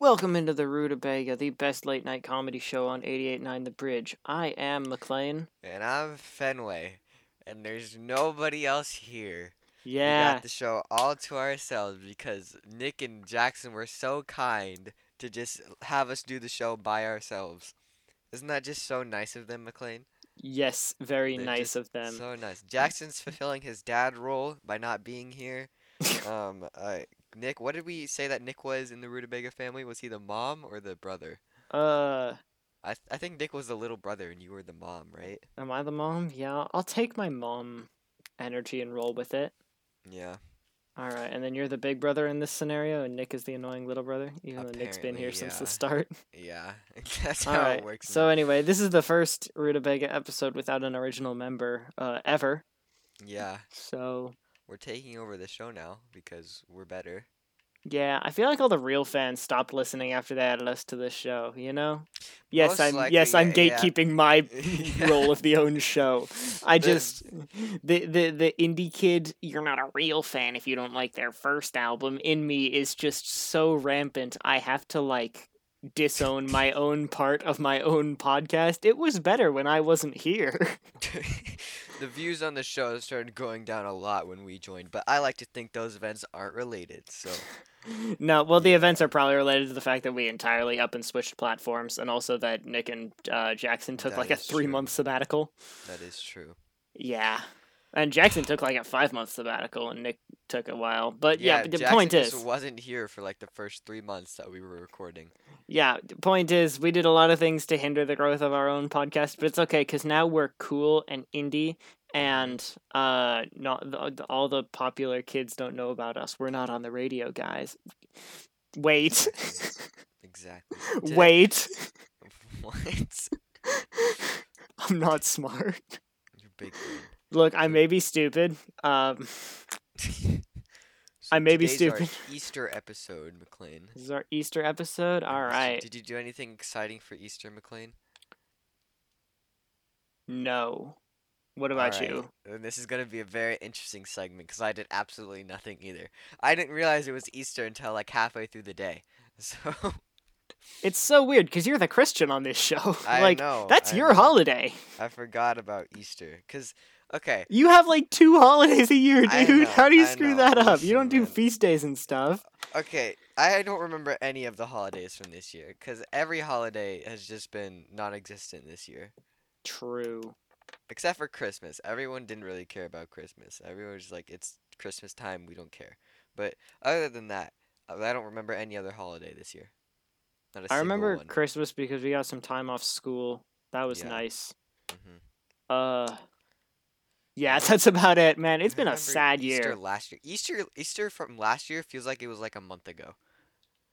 Welcome into the Rutabaga, the best late night comedy show on 88.9 The Bridge. I am McLean. And I'm Fenway. And there's nobody else here. We Yeah, got the show all to ourselves because Nick and Jackson were so kind to just have us do the show by ourselves. Isn't that just so nice of them, McLean? yes, very They're nice just of them. So nice. Jackson's fulfilling his dad role by not being here. um, uh, Nick, what did we say that Nick was in the Rutabaga family? Was he the mom or the brother? Uh, I, th- I think Nick was the little brother and you were the mom, right? am I the mom? Yeah, I'll take my mom energy and roll with it. Yeah. All right, and then you're the big brother in this scenario, and Nick is the annoying little brother, even though Nick's been Apparently, here since the yeah. start. Yeah. That's All how right. it works. so now. anyway, this is the first Rutabaga episode without an original member uh, ever. yeah. So We're taking over the show now because we're better. Yeah, I feel like all the real fans stopped listening after they added us to this show. You know? Yes, Most I'm. likely, yes, I'm yeah, yeah. gatekeeping my Yeah. role of the own show. I The- just the the the indie kid. You're not a real fan if you don't like their first album. In me is just so rampant. I have to like disown my own part of my own podcast. It was better when I wasn't here. the views on the show started going down a lot when we joined, but I like to think those events aren't related. So No, well, the events are probably related to the fact that we entirely up and switched platforms, and also that Nick and uh, Jackson took That like a is three month sabbatical. that is true. Yeah, and Jackson took like a five month sabbatical, and Nick took a while. But yeah, but the Jackson point just is, wasn't here for like the first three months that we were recording. yeah, the point is, we did a lot of things to hinder the growth of our own podcast, but it's okay because now we're cool and indie, and uh, not the, the- all the popular kids don't know about us. We're not on the radio, guys. Wait, Exactly. Did- wait. What? I'm not smart. You're big. Look, I may be stupid. Um, brain. I So may be today's our stupid. Easter episode, McLean. this is our Easter episode. All right. Did you do anything exciting for Easter, McLean? No. What about Alright, you? then this is going to be a very interesting segment because I did absolutely nothing either. I didn't realize it was Easter until like halfway through the day. So It's so weird because you're the Christian on this show. I like know. that's I your know. holiday. I forgot about Easter because okay, You have like two holidays a year, I dude. know, How do you I screw know. that up? You don't Listen, do man. Uh, feast days and stuff. okay, I don't remember any of the holidays from this year because every holiday has just been non-existent this year, True. except for Christmas. Everyone didn't really care about Christmas. Everyone was just like, "It's Christmas time, we don't care." But other than that, uh, I I don't remember any other holiday this year. Not a I single remember one. Christmas because we got some time off school. That was Yeah. nice. Mhm. Uh. Yeah, remember- that's about it, man. It's I been a remember sad Easter year. Last year, Easter Easter from last year feels like it was like a month ago.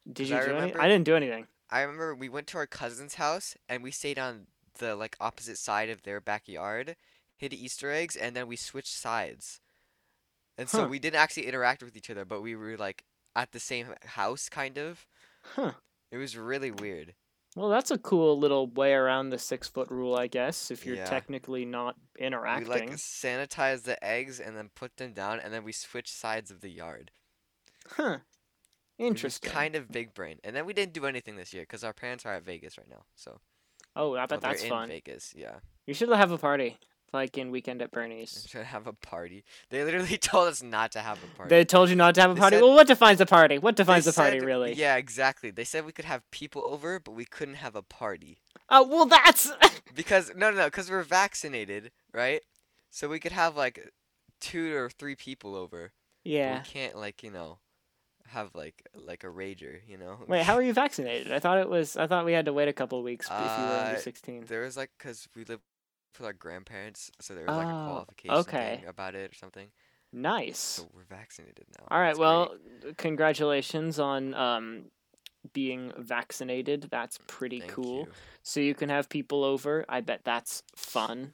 Did 'cause you I do anything? remember- I didn't do anything. I remember we went to our cousin's house and we stayed on the like opposite side of their backyard, hid Easter eggs, and then we switched sides. And so Huh. we didn't actually interact with each other, but we were like at the same house, kind of. Huh. It was really weird. Well, that's a cool little way around the six foot rule, I guess, if you're Yeah. technically not interacting. We like sanitized the eggs and then put them down, and then we switched sides of the yard. Huh. It was Interesting. kind of big brain. And then we didn't do anything this year because our parents are at Vegas right now. So Oh, I well, bet they're that's in fun. Vegas, yeah. You should have a party, like in Weekend at Bernie's. To have a party. They literally told us not to have a party. They told you not to have a They party. said- well, what defines a party? What They defines a party, said- really? Yeah, exactly. They said we could have people over, but we couldn't have a party Oh, well, that's. because no, no, no, because we're vaccinated, right? So we could have like two or three people over. but yeah. We can't like you know have like like a rager, you know. Wait, how are you vaccinated? I thought it was. I thought we had to wait a couple weeks b- if you were under Uh, 16. There was like because we live with our grandparents, so there was like a Oh, qualification okay. thing about it or something. Nice. So we're vaccinated now. All right, that's great. well, congratulations on um, being vaccinated. That's pretty Thank cool. you. so you can have people over. I bet that's fun.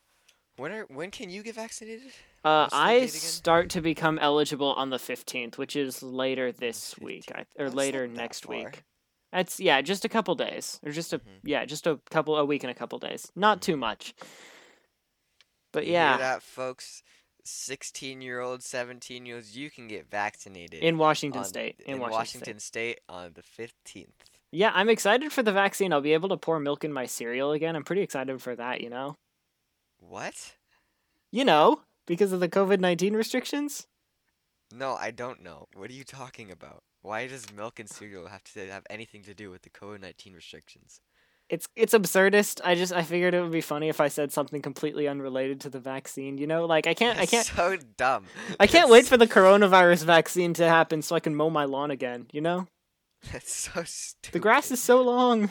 When are when can you get vaccinated? Uh, What's the date I again? start to become eligible on the fifteenth, which is later this week, I, or That's not later that next far. week. That's yeah, just a couple days, or just a Mhm. yeah, just a couple a week and a couple days. Not Mhm. too much. But You yeah, hear that, folks? Sixteen-year-olds, seventeen-year-olds, you can get vaccinated in Washington on- State, in, in Washington, State. State on the fifteenth. Yeah, I'm excited for the vaccine. I'll be able to pour milk in my cereal again. I'm pretty excited for that, you know? What? You know, because of the COVID 19 restrictions? No, I don't know. What are you talking about? Why does milk and cereal have to have anything to do with the COVID nineteen restrictions? It's it's absurdist. I just I figured it would be funny if I said something completely unrelated to the vaccine. You know, like I can't I That's can't So dumb. I can't That's- wait for the coronavirus vaccine to happen so I can mow my lawn again, you know? That's so stupid. The grass is so long.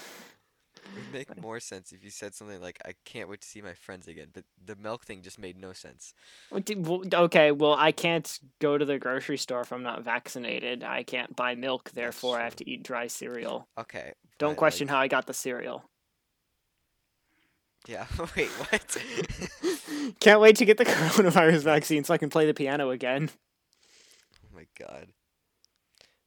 It would make more sense if you said something like, "I can't wait to see my friends again," but the milk thing just made no sense. What do- well, Okay, well, I can't go to the grocery store if I'm not vaccinated. I can't buy milk, therefore I have true. to eat dry cereal. Okay. but, Don't like- question how I got the cereal. Yeah. Wait. What? oh Can't wait to get the coronavirus vaccine so I can play the piano again. my god.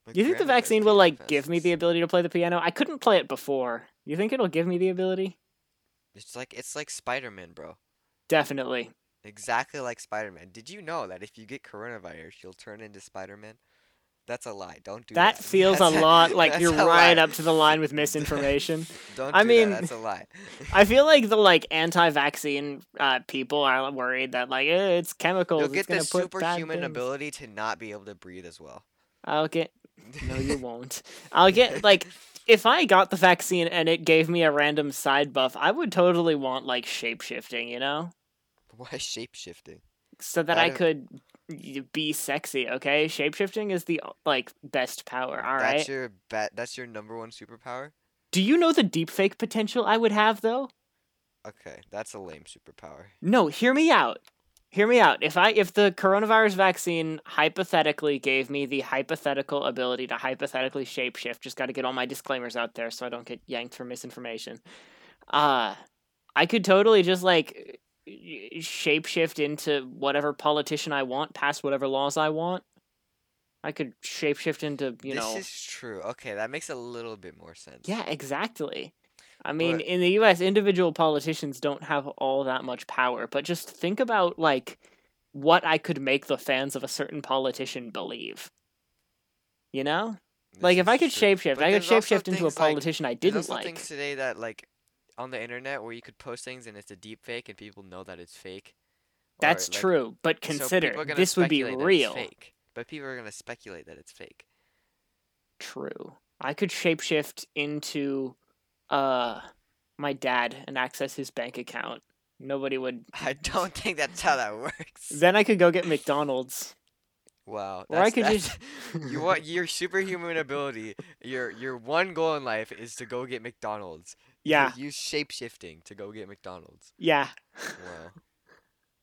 My Do you think the grandma does vaccine will piano like give me the fests. ability to play the piano? I couldn't play it before. You think it'll give me the ability? It's like it's like Spider Man, bro. Definitely. Exactly like Spider Man. Did you know that if you get coronavirus, you'll turn into Spider Man? That's a lie. Don't do that. That feels a That's lot like that's you're a right lie. up to the line with misinformation. Don't I do mean- that. That's a lie. I feel like the like anti-vaccine uh, people are worried that like eh, it's chemicals. You'll it's get gonna the put bad superhuman things. ability to not be able to breathe as well. I'll get no, you won't. I'll get like if I got the vaccine and it gave me a random side buff, I would totally want like shape shifting. You know. Why shape shifting? so that I I, don't- could y- be sexy. Okay, shapeshifting is the like best power. All right. That's your bet. That's your number one superpower. Do you know the deepfake potential I would have though? Okay, that's a lame superpower. No, hear me out. Hear me out. If I if the coronavirus vaccine hypothetically gave me the hypothetical ability to hypothetically shapeshift, just got to get all my disclaimers out there so I don't get yanked for misinformation. Uh I could totally just like y- shapeshift into whatever politician I want, pass whatever laws I want. I could shapeshift into, you this know. is true. Okay, that makes a little bit more sense. Yeah, exactly. I mean, But- in the US, individual politicians don't have all that much power, but just think about like what I could make the fans of a certain politician believe. You know? This like if I is could true. shapeshift, But I could there's also shapeshift into a things like- politician I There's didn't also like. things today that like on the internet where you could post things and it's a deep fake and people know that it's fake. or, That's like- true, but so people consider are gonna this would be speculate that it's real. fake, but people are gonna speculate that it's fake. True. I could shapeshift into uh my dad and access his bank account. Nobody would I don't think that's how that works. Then I could go get McDonald's. Wow. Or I that's- could that's- You want your superhuman ability, your your one goal in life is to go get McDonald's. You Yeah. Use shape shifting to go get McDonald's. Yeah. Wow.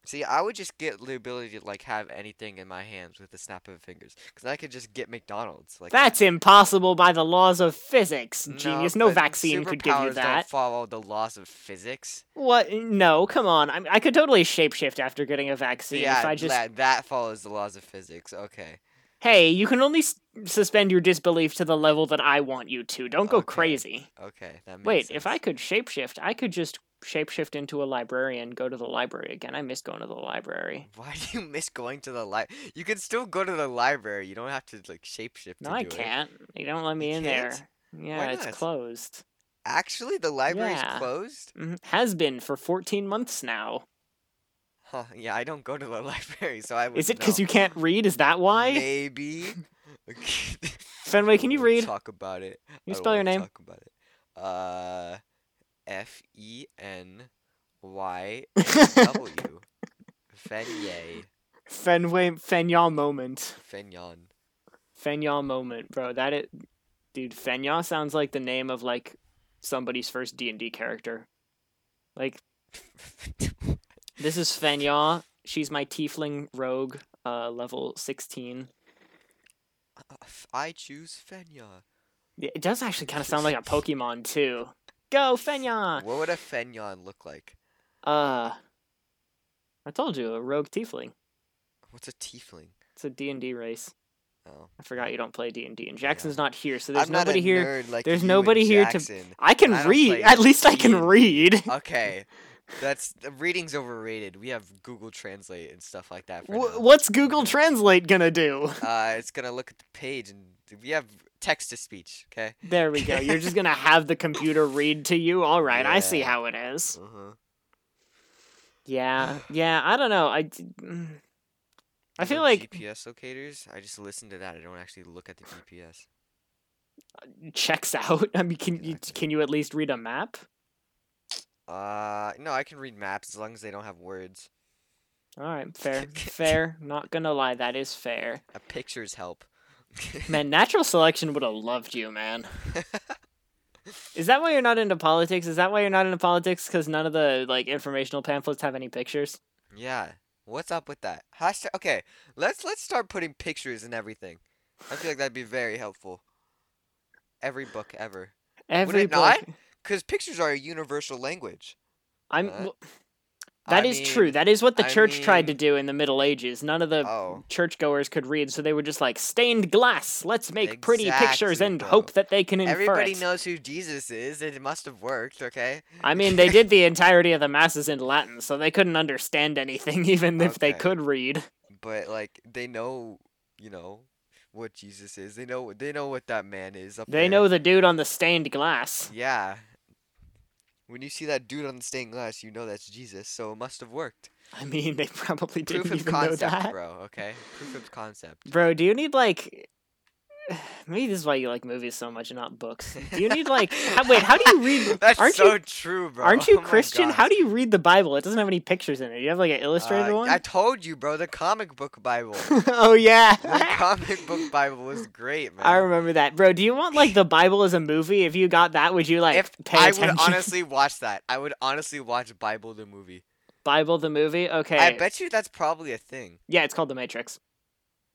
See, I would just get the ability to like have anything in my hands with the snap of fingers, because I could just get McDonald's. Like That's impossible by the laws of physics, no, genius. No but vaccine could give you superpowers that. Don't follow the laws of physics. What? No, come on. I, I could totally shapeshift after getting a vaccine yeah, if I just. that that follows the laws of physics. Okay. Hey, you can only s- suspend your disbelief to the level that I want you to. Don't go Okay. crazy. Okay. That makes Wait, sense. if I could shapeshift, I could just shapeshift into a librarian, go to the library again. I miss going to the library. Why do you miss going to the library? You can still go to the library. You don't have to like shapeshift. No, to I do it. can't. You don't let me You in can't? there. Yeah, it's not? closed. Actually, the library's Yeah. closed? Mhm. Has been for 14 months now. Huh, yeah, I don't go to the library, so I would Is it because know. you can't read? Is that why? Maybe. Okay. Fenway, I can don't you wanna read? Talk about it. I you don't spell your wanna name? Talk about it. Uh, F E N Y W. Fenye. Fenway Fenya moment. Fenyon. Fenya moment, bro. That it dude, Fenya sounds like the name of like somebody's first D and D character. Like, this is Fenya. She's my tiefling rogue, uh level sixteen. I choose Fenya. Yeah, It does actually kinda sound like a Pokemon too. Go, Fenya! What would a Fenyon look like? Uh I told you, a rogue tiefling. What's a tiefling? It's a D and D race. Oh. I forgot you don't play D and D and Jackson's not here, so there's I'm not nobody a here nerd like there's you and nobody here to- Jackson. I can I don't read. play At least I can D&D. read. Okay. That's the reading's overrated. We have Google Translate and stuff like that. For Wh- now. what's Google Translate gonna do? Uh, it's gonna look at the page and we have text to speech. Okay. There we go. You're just gonna have the computer read to you. All right, I see Yeah. how it is. Uh-huh. Yeah, yeah. I don't know. I, d- mm. I And feel then like GPS locators. I just listen to that. I don't actually look at the GPS. checks out. I mean, can you Exactly. can you at least read a map? Uh, no, I can read maps as long as they don't have words. All right, fair, fair. Not gonna lie, that is fair. Uh, pictures help. Man, natural selection would have loved you, man. Is that why you're not into politics? Is that why you're not into politics? Because none of the like informational pamphlets have any pictures. yeah. What's up with that? Hashtag. Okay. Let's let's start putting pictures in everything. I feel like that'd be very helpful. Every book ever. Every it not? book- Because pictures are a universal language. I'm. Uh, That I is true. mean, That is what the I church tried to mean- do in the Middle Ages. None of the Oh. churchgoers could read, so they were just like stained glass. Let's make pretty pictures Exactly, and bro. hope that they can infer Everybody it. knows who Jesus is. It must have worked, okay? I mean, they did the entirety of the masses in Latin, so they couldn't understand anything, even if they Okay. could read. But like they know, you know, what Jesus is. They know they know what that man is up They there. know the dude on the stained glass. Yeah. When you see that dude on the stained glass, you know that's Jesus, so it must have worked. I mean, they probably didn't Proof of even know that. concept, bro, okay? Proof of concept. Bro, do you need like? Maybe this is why you like movies so much and not books. Do you need like? how, wait, how do you read? That's aren't so you true, bro. aren't you Oh my Christian? How gosh. do you read the Bible? It doesn't have any pictures in it. You have like an illustrated Uh, one. I told you, bro, the comic book Bible. oh the yeah. comic book Bible was great, man. I remember that, bro. Do you want like the Bible as a movie? If you got that, would you like if pay I attention? would honestly watch that, I would honestly watch Bible the movie. Bible the movie. Okay. I bet you that's probably a thing. Yeah, it's called The Matrix.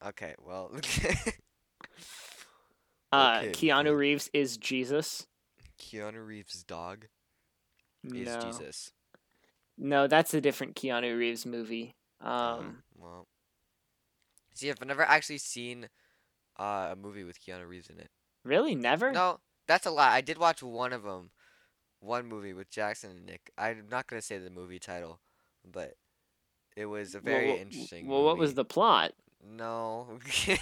Okay, well, Uh, Okay, Keanu okay. Reeves is Jesus. Keanu Reeves' dog is No, Jesus. no, that's a different Keanu Reeves movie. Mm-hmm. Um, well, see, I've never actually seen uh, a movie with Keanu Reeves in it. really, never. No, that's a lie. I did watch one of them, one movie with Jackson and Nick. I'm not gonna say the movie title, but it was a Well, very well, interesting. Well, what was movie. the plot? No.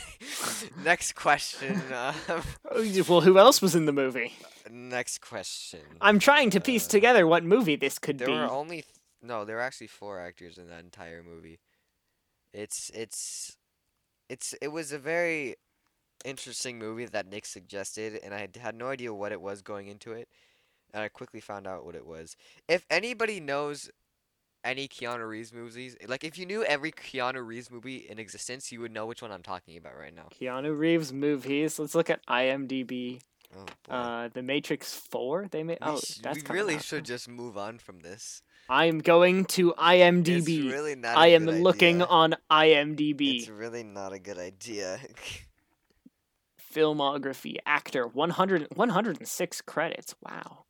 next question. Um, Oh, Well, who else was in the movie? next question. I'm trying to piece Uh, together what movie this could There be. were only th- no. There were actually four actors in that entire movie. It's it's it's it was a very interesting movie that Nick suggested, and I had- had no idea what it was going into it, and I quickly found out what it was. If anybody knows any Keanu Reeves movies, like if you knew every Keanu Reeves movie in existence, you would know which one I'm talking about right now. Keanu Reeves movies. Let's look at IMDb. Oh boy. Uh, The Matrix Four. They made. we Oh, sh- that's we coming really out. should just move on from this. I'm going to It's IMDb. really not. I I am looking on It's IMDb. really not a good idea. Filmography, actor, 100, 106 credits. Wow.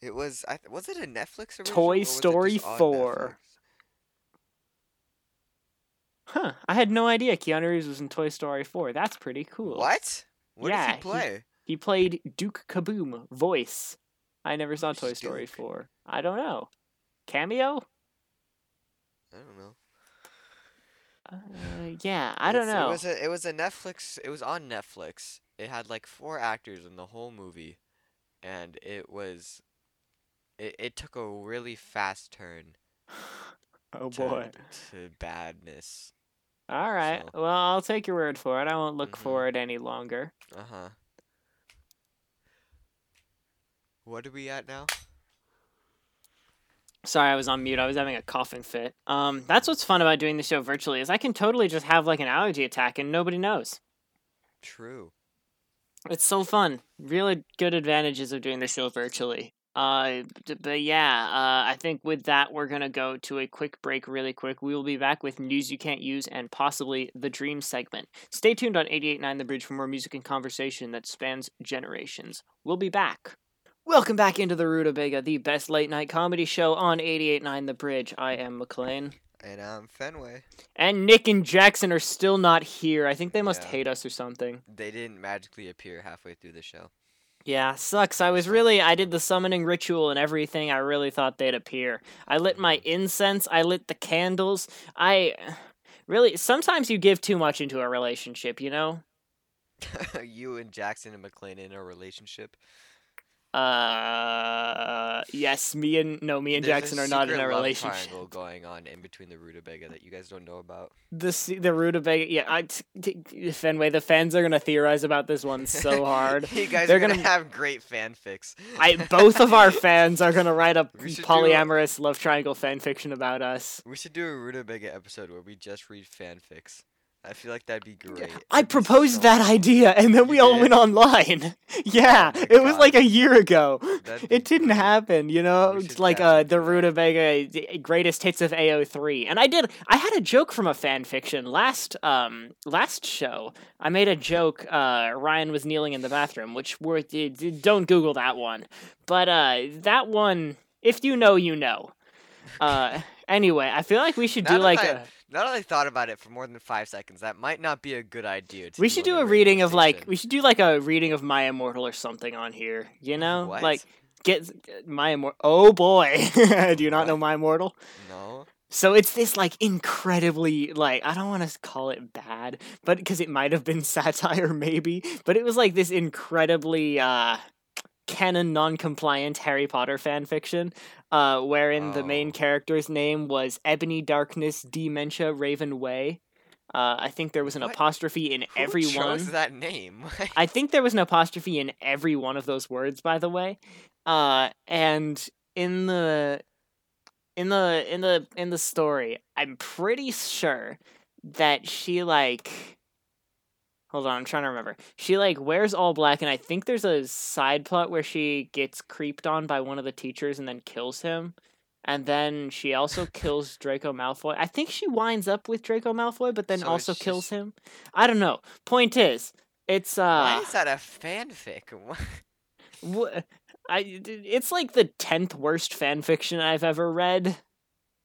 It was I th- was it a Netflix original? Toy or was it Story just on 4. Netflix? Huh. I had no idea Keanu Reeves was in Toy Story 4. That's pretty cool. What? What Yeah, does he- he play? He played Duke Kaboom, voice. I never saw Who's Toy Story Duke? 4. I don't know. Cameo? I don't know. Uh, yeah, I don't It's- know. It was a it was a Netflix. It was on Netflix. It had like four actors in the whole movie, and it was. It, it took a really fast turn oh to, boy. to badness. All right. so- Well, I'll take your word for it. I won't look Mhm. for it any longer. Uh huh. What are we at now? Sorry, I was on mute. I was having a coughing fit. Um, that's what's fun about doing the show virtually is I can totally just have like an allergy attack and nobody knows. True. It's so fun. Really good advantages of doing the show virtually. Uh, d- but yeah, uh, I think with that we're gonna go to a quick break, really quick. We will be back with news you can't use and possibly the dream segment. Stay tuned on 88.9 The Bridge for more music and conversation that spans generations. We'll be back. Welcome back into the Rutabaga, the best late night comedy show on 88.9 The Bridge. I am McLean. And um, Fenway. And Nick and Jackson are still not here. I think they must Yeah. hate us or something. They didn't magically appear halfway through the show. Yeah, sucks. I was really I did the summoning ritual and everything. I really thought they'd appear. I lit my incense, I lit the candles. I really sometimes you give too much into a relationship, you know? you and Jackson and McLean in a relationship. Uh yes, me and no, me and There's a Jackson are not in secret a love relationship. Triangle going on in between the rutabaga that you guys don't know about. The se- the rutabaga, yeah. I t- t- Fenway, the fans are gonna theorize about this one so hard. you guys They're are gonna, gonna- have great fanfics. I both of our fans are gonna write a We should do a- polyamorous love triangle fan fiction about us. We should do a rutabaga episode where we just read fanfics. I feel like that'd be great. I It'd be so proposed that idea, and then You we all did? went online. yeah, Oh my it was God. like a year ago. That'd be It didn't great. happen, you know. We It's should like uh, definitely the do that. rutabaga the greatest hits of AO3, and I did. I had a joke from a fan fiction last um last show. I made a joke. Uh, Ryan was kneeling in the bathroom, which were d- d- don't Google that one, but uh, that one, if you know, you know. Uh, anyway, I feel like we should Now do that like I- a, Now that I thought about it for more than five seconds, that might not be a good idea. To we should do on the a radio reading of like station. we should do like a reading of My Immortal or something on here. You know, What? like get My Immortal. Oh boy, do you not know What? My Immortal? no. So it's this like incredibly like I don't want to call it bad, but because it might have been satire maybe, but it was like this incredibly uh canon non-compliant Harry Potter fan fiction uh wherein the main Oh. character's name was Ebony Darkness Dementia Raven Way. Uh I think there was an What? apostrophe in Who every one. chose that name? I think there was an apostrophe in every one of those words, by the way. Uh, and in the in the in the in the story, I'm pretty sure that she like hold on, I'm trying to remember. She like wears all black, and I think there's a side plot where she gets creeped on by one of the teachers and then kills him. And then she also kills Draco Malfoy. I think she winds up with Draco Malfoy, but then So also it's just- kills him. I don't know. Point is, it's Why uh, is that a fanfic? Wha- wh- I d- it's like the tenth worst fan fiction I've ever read.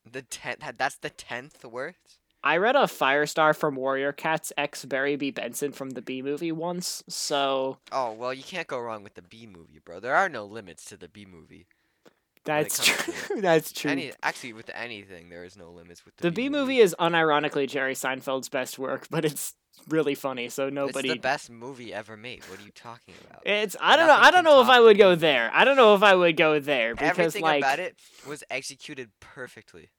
The tenth. That's the tenth word. I read a Firestar from Warrior Cats ex Barry B Benson from the B movie once, so Oh well, you can't go wrong with the B movie, bro. There are no limits to the B movie. When it that's comes true. that's true. Any, actually, with anything, there is no limits with the, the B movie is unironically Jerry Seinfeld's best work, but it's really funny, so nobody. It's the best movie ever made. What are you talking about? It's I don't know. Nothing I don't can know if top I the would go movie. there. I don't know if I would go there because Everything like about it was executed perfectly.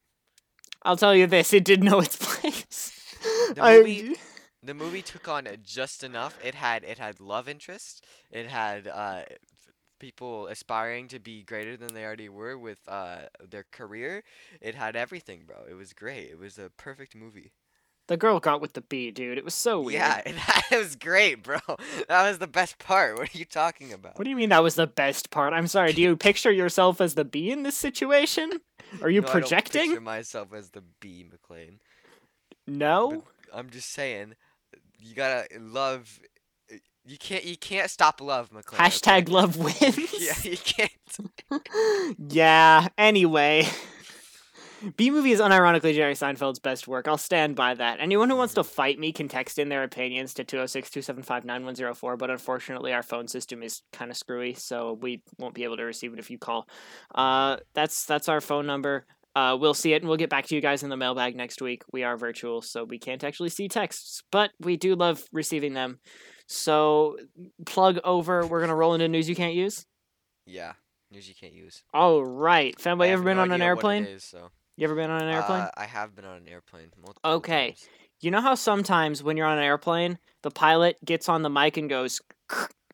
I'll tell you this, it did know its place. The I- movie- The movie took on just enough. It had it had love interest. It had uh, people aspiring to be greater than they already were with uh, their career. It had everything, bro. It was great. It was a perfect movie. the girl got with the bee, dude. It was so weird. Yeah, it, it was great, bro. That was the best part. What are you talking about? What do you mean that was the best part? I'm sorry. Do you picture yourself as the bee in this situation? Are you No, I don't projecting? picture myself as the B McLean. No. I'm just saying, you gotta love. eh, You can't. You can't stop love, McLean. okay? Hashtag love wins. Yeah, you can't. yeah. Anyway. B movie is unironically Jerry Seinfeld's best work. I'll stand by that. Anyone who wants to fight me can text in their opinions to 206 275 9104, but unfortunately, our phone system is kind of screwy, so we won't be able to receive it if you call. Uh, that's that's our phone number. Uh, we'll see it and we'll get back to you guys in the mailbag next week. We are virtual, so we can't actually see texts, but we do love receiving them. So, plug over. We're going to roll into news you can't use. Yeah, news you can't use. All Oh, right. Fanboy, I you ever have been no on an idea what it airplane? is, so- You ever been on an airplane? Uh, I have been on an airplane. Multiple Okay. times. You know how sometimes when you're on an airplane, the pilot gets on the mic and goes,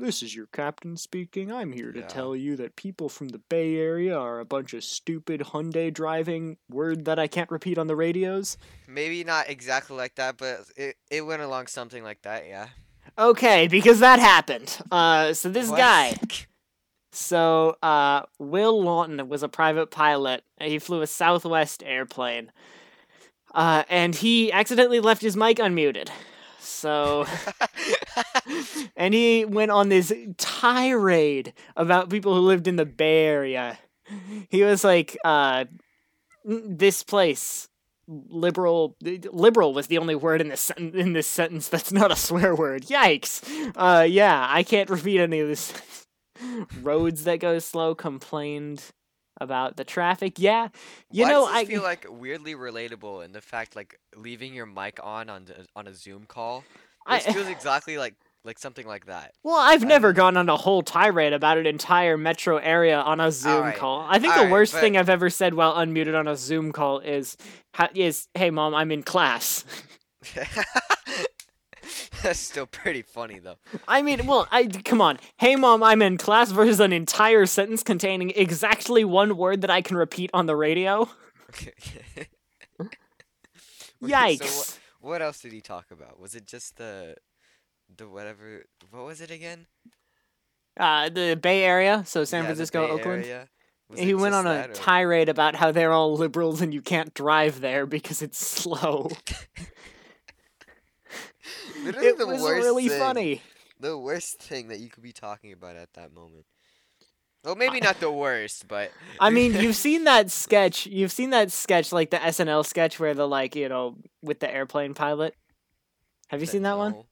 This is your captain speaking. I'm here to Yeah. tell you that people from the Bay Area are a bunch of stupid Hyundai driving word that I can't repeat on the radios. Maybe not exactly like that, but it, it went along something like that, yeah. Okay, because that happened. Uh, so this What? guy. So, uh, Will Lawton was a private pilot. and He flew a Southwest airplane. Uh, and he accidentally left his mic unmuted. So. and he went on this tirade about people who lived in the Bay Area. He was like, uh, "N- "This place, liberal, liberal was the only word in this sen- in this sentence that's not a swear word." Yikes! Uh, yeah, I can't repeat any of this. roads that go slow, complained about the traffic. Yeah, you Why know, does this I feel like weirdly relatable in the fact like leaving your mic on on the- on a Zoom call. This I- feels exactly like like something like that. Well, I've I never mean- gone on a whole tirade about an entire metro area on a Zoom right. call. I think All the right, worst but- thing I've ever said while unmuted on a Zoom call is, ha- "Is hey mom, I'm in class." That's still pretty funny though. I mean, well, I come on, hey mom, I'm in class versus an entire sentence containing exactly one word that I can repeat on the radio. Okay, Yikes! So what, what else did he talk about? Was it just the the whatever? What was it again? uh, the Bay Area, so San Yeah, the Francisco, Bay Oakland. Area. Was He it went on just a that, or- tirade about how they're all liberals and you can't drive there because it's slow. Literally it the was worst really thing. funny. The worst thing that you could be talking about at that moment. Well, maybe not the worst, but I mean, you've seen that sketch. You've seen that sketch, like the SNL sketch where the like, you know, with the airplane pilot. Have you seen that one? No.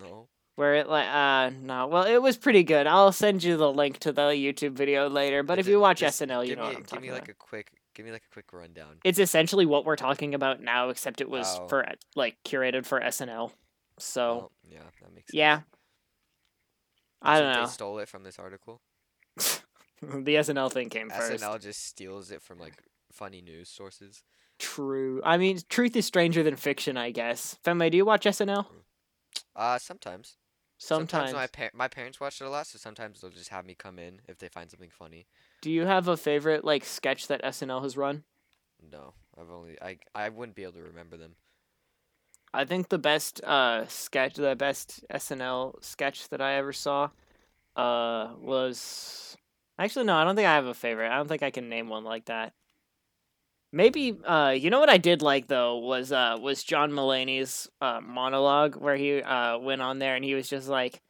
No. Where it like, uh, no. Well, it was pretty good. I'll send you the link to the YouTube video later. But I if ju- you watch just SNL, you give know me what I'm give me talking like about. a quick give me like a quick rundown. It's essentially what we're talking about now, except it was Oh. for like curated for SNL. So Well, yeah, that makes sense. Oh. yeah, I So don't They know. stole it from this article. the SNL thing came first. SNL just steals it from like funny news sources. True. I mean, truth is stranger than fiction, I guess. Femme, do you watch SNL? Uh, sometimes. Sometimes. my par- my parents watch it a lot, so sometimes they'll just have me come in if they find something funny. Do you have a favorite like sketch that SNL has run? No, I've only I I wouldn't be able to remember them. I think the best uh sketch, the best SNL sketch that I ever saw, uh, was actually no. I don't think I have a favorite. I don't think I can name one like that. Maybe uh, you know what I did like though was uh was John Mulaney's uh monologue where he uh went on there and he was just like.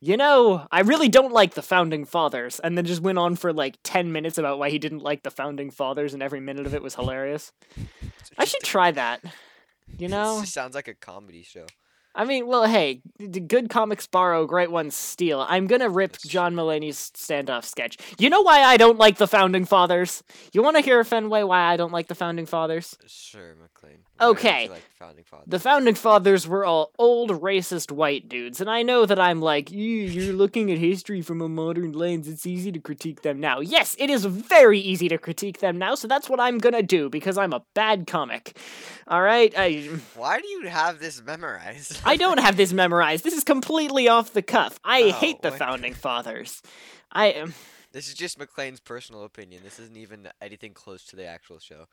You know, I really don't like the founding fathers, and then just went on for like ten minutes about why he didn't like the founding fathers, and every minute of it was hilarious. It's I just should a- try that. You this know, just sounds like a comedy show. I mean, well, hey, d- d- good comics borrow, great ones steal. I'm gonna rip That's John Mulaney's standoff sketch. You know why I don't like the Founding Fathers? You want to hear Fenway why I don't like the Founding Fathers? Sure, McLean. Why don't you Okay. like the founding fathers? The Founding Fathers were all old racist white dudes, and I know that I'm like, you, you're looking at history from a modern lens. It's easy to critique them now. Yes, it is very easy to critique them now, so that's what I'm gonna do because I'm a bad comic. All right, I. Why do you have this memorized? I don't have this memorized. This is completely off the cuff. I Oh, hate the wait. founding fathers. I um, This is just McLean's personal opinion. This isn't even anything close to the actual show.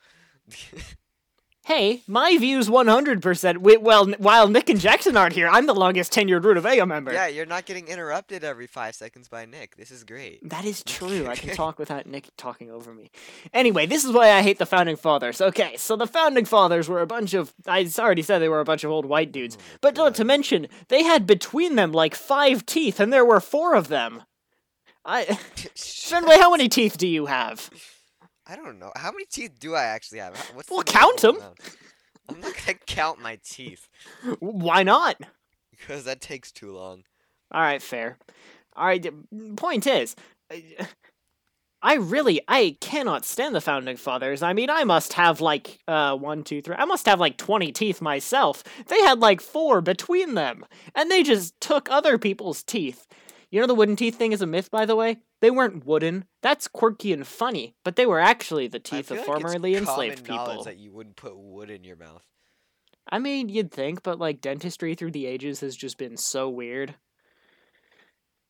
hey, my views 100%. Wi- well, n- while Nick and Jackson aren't here, I'm the longest tenured Root of Vega member. yeah, you're not getting interrupted every five seconds by Nick. This is great. That is true. I can talk without Nick talking over me. Anyway, this is why I hate the founding fathers. Okay, so the founding fathers were a bunch of I already said they were a bunch of old white dudes, but not to God. mention they had between them like 5 teeth and there were 4 of them. I Fenway, how many teeth do you have? I don't know. How many teeth do I actually have? How- What's the Well, number count on 'em. that? I'm not gonna count my teeth W- Why not? because that takes too long. All right, fair. All right, d- point is, I- I really I cannot stand the founding fathers. I mean, I must have like uh one, two, three. I must have like twenty teeth myself. They had like four between them, and they just took other people's teeth. You know the wooden teeth thing is a myth, by the way. They weren't wooden. That's quirky and funny, but they were actually the I teeth feel of like it's formerly enslaved common knowledge people. that you wouldn't put wood in your mouth. I mean, you'd think, but like dentistry through the ages has just been so weird.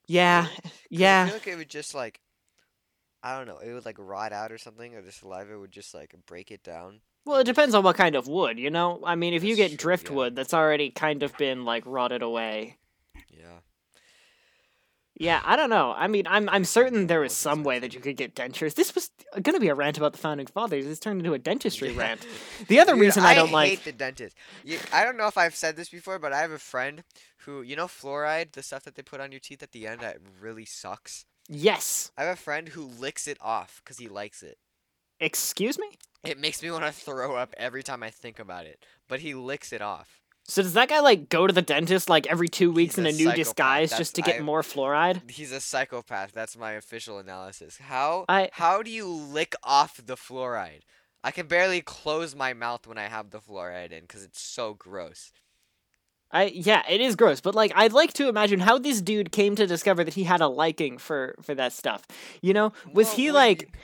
Yeah, Really? 'Cause I yeah. feel like it would just like, I don't know. It would like rot out or something, or the saliva would just like break it down. Well, it depends on what kind of wood, you know? I mean, if you That's get true, yeah. driftwood, that's already kind of been like rotted away. Yeah. Yeah, I don't know. I mean, I'm I'm Yeah, certain there that was was some way that you expensive. could get dentures. This was going to be a rant about the founding fathers. It's turned into a dentistry Yeah. rant. The other Dude, reason I don't hate like the dentist. You, I don't know if I've said this before, but I have a friend who, you know, fluoride, the stuff that they put on your teeth at the end that really sucks. Yes. I have a friend who licks it off because he likes it. Excuse me? It makes me want to throw up every time I think about it, but he licks it off. So does that guy like go to the dentist like every two weeks He's in a a new psychopath. disguise That's- just to get I- more fluoride? He's a psychopath. That's my official analysis. How I- how do you lick off the fluoride? I can barely close my mouth when I have the fluoride in because it's so gross. I yeah, it is gross, but like I'd like to imagine how this dude came to discover that he had a liking for for that stuff. You know, was Well, he when like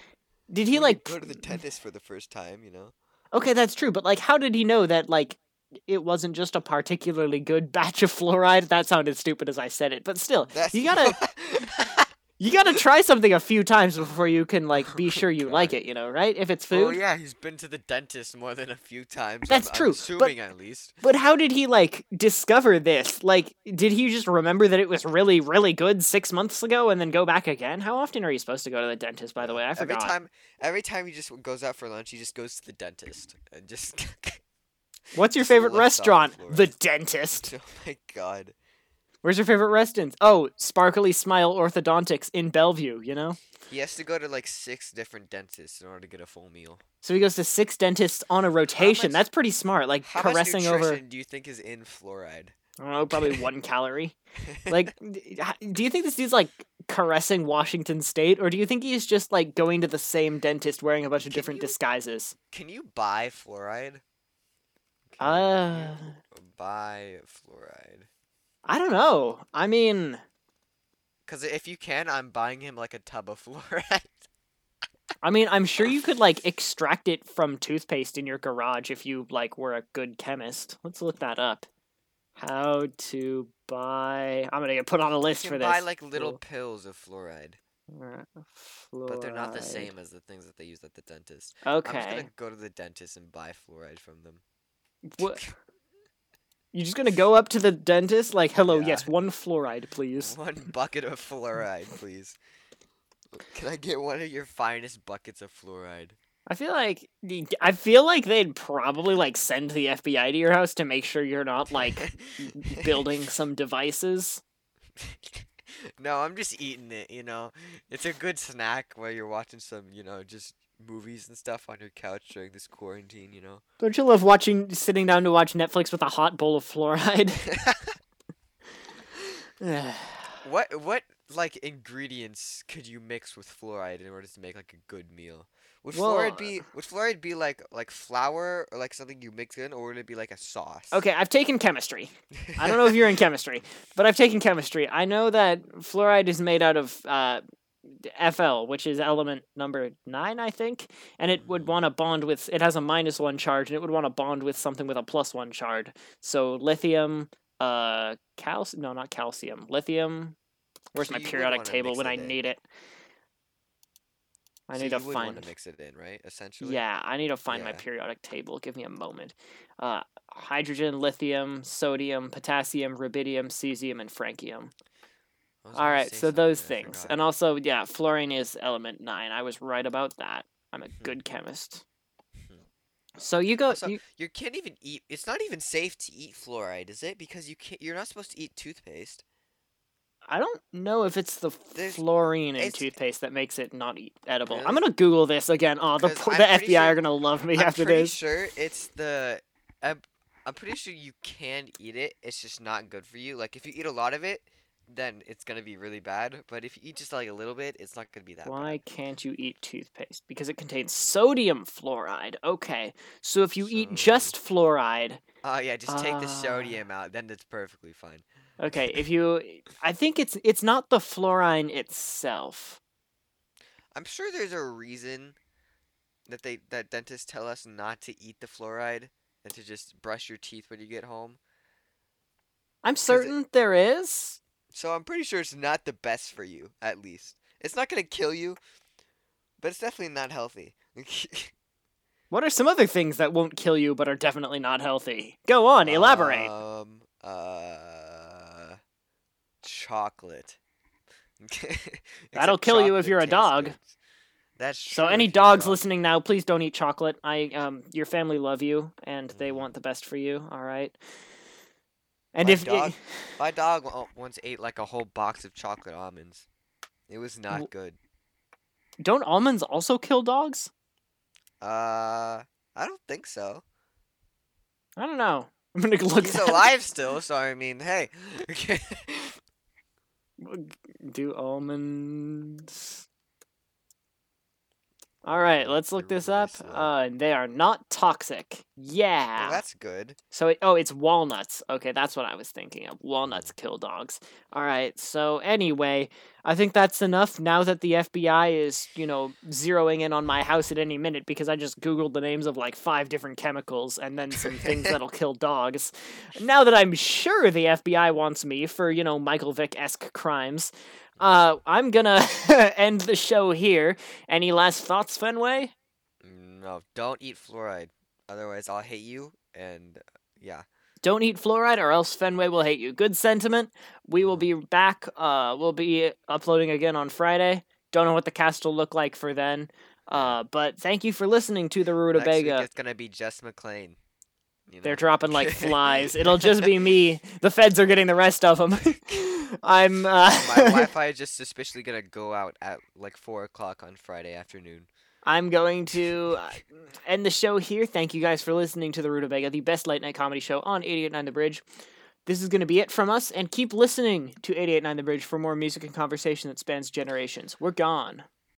did he when like go to pr- the dentist for the first time? You know, Okay, that's true, but like how did he know that like it wasn't just a particularly good batch of fluoride? That sounded stupid as I said it, but still. that's You gotta you got to try something a few times before you can like be Oh sure you like God. it, you know, right? If it's food. Well, yeah, he's been to the dentist more than a few times. That's I'm, true, I'm but- assuming at least. But how did he like discover this? Like, did he just remember that it was really, really good six months ago and then go back again? How often are you supposed to go to the dentist? By the way, I every forgot. time, every time he just goes out for lunch, he just goes to the dentist and just. What's your just licks favorite off the restaurant? floor. The dentist. oh my god. Where's your favorite restaurant? Oh, Sparkly Smile Orthodontics in Bellevue. You know. He has to go to like six different dentists in order to get a full meal. So he goes to six dentists on a rotation. much- That's pretty smart. Like How caressing much over, nutrition do you think is in fluoride? I don't know, probably one calorie. Like, d- h- do you think this dude's like caressing Washington State, or do you think he's just like going to the same dentist wearing a bunch of Can different you- disguises? Can you buy fluoride? Can Uh, you buy fluoride. I don't know. I mean, Cause if you can, I'm buying him like a tub of fluoride. I mean, I'm sure you could like extract it from toothpaste in your garage if you like were a good chemist. Let's look that up. How to buy? I'm gonna get put on a list you for can this. buy like little Fluor- pills of fluoride, uh, but they're not the fluoride. same as the things that they use at the dentist. I'm just Okay. gonna go to the dentist and buy fluoride from them. What? You're just gonna go up to the dentist, like, "Hello, Yeah. yes, one fluoride, please." One bucket of fluoride, please. Can I get one of your finest buckets of fluoride? I feel like the- I feel like they'd probably like send the FBI to your house to make sure you're not like building some devices. no, I'm just eating it, you know. It's a good snack while you're watching some, you know, just movies and stuff on your couch during this quarantine, you know. Don't you love watching sitting down to watch Netflix with a hot bowl of fluoride? What what like ingredients could you mix with fluoride in order to make like a good meal? Would Well, uh, fluoride be would fluoride be like like flour or like something you mix in or would it be like a sauce? okay, I've taken chemistry. I don't know if you're in chemistry, but I've taken chemistry. I know that fluoride is made out of uh, FL, which is element number nine, I think, and it would want to bond with. It has a minus one charge, and it would want to bond with something with a plus one charge. So lithium, uh, calcium. No, not calcium. Lithium. Where's So my you would periodic wanna table mix when it I in. need it? I So need you to would find. want to mix it in, right? Essentially. Yeah, I need to find my Yeah. periodic table. Give me a moment. Uh, hydrogen, lithium, sodium, potassium, rubidium, cesium, and francium. I was All gonna right, say so something those and I things. forgot. And also, yeah, fluorine is element nine. I was right about that. I'm a Mhm. good chemist. Mhm. So you go. Also, you, You can't even eat. It's not even safe to eat fluoride, is it? Because you can't. You're not supposed to eat toothpaste. I don't know if it's the There's- fluorine in it's- toothpaste that makes it not eat edible. I'm Really? gonna Google this again. Oh, the, 'Cause po- I'm the pretty FBI are sure- gonna love me I'm after pretty this. sure it's the. I'm, I'm pretty sure you can eat it. It's just not good for you. Like if you eat a lot of it, then it's gonna be really bad. But if you eat just like a little bit, it's not gonna be that Why can't you eat toothpaste? Because it contains sodium fluoride. Okay, so if you eat So- just fluoride, bad. Oh yeah, just take the Ah. sodium out. Then it's perfectly fine. okay, if you, I think it's it's not the fluorine itself. I'm sure there's a reason that they that dentists tell us not to eat the fluoride and to just brush your teeth when you get home. I'm it- certain there is. So I'm pretty sure it's not the best for you, at least. It's not gonna kill you, but it's definitely not healthy. What are some other things that won't kill you but are definitely not healthy? Go on, elaborate. Um, uh, chocolate. That'll Except kill you if chocolate you're a tastes dog. good. That's true. so any if you're a dogs dog. listening now, please don't eat chocolate. I um your family love you and they Mhm. want the best for you, all right? And My if dog- My dog o- once ate like a whole box of chocolate almonds. It was W- not good. don't almonds also kill dogs? Uh, I don't think so. I don't know. I'm gonna look. He's that alive still, so I mean, hey. Okay. Do almonds. All right, let's look this up. Jerusalem. Uh, they are not toxic. Yeah. Well, that's good. So it, oh, it's walnuts. Okay, that's what I was thinking of. Walnuts kill dogs. All right. So anyway, I think that's enough. Now that the FBI is you know zeroing in on my house at any minute because I just googled the names of like five different chemicals and then some things that'll kill dogs. Now that I'm sure the FBI wants me for you know Michael Vick esque crimes, uh, I'm gonna end the show here. Any last thoughts, Fenway? No, don't eat fluoride. Otherwise, I'll hate you. And uh, yeah, don't eat fluoride or else Fenway will hate you. Good sentiment. We will be back. Uh, we'll be uploading again on Friday. Don't know what the cast will look like for then. Uh, but thank you for listening to the next week Rutabaga. it's gonna be Jess McLean. You They're know? dropping like flies. It'll just be me. The feds are getting the rest of them. I'm. Uh, My Wi-Fi is just suspiciously gonna go out at like four o'clock on Friday afternoon. I'm going to uh, end the show here. Thank you guys for listening to The Rutabaga, the best late night comedy show on 889 The Bridge. This is going to be it from us, and keep listening to 889 The Bridge for more music and conversation that spans generations. We're gone.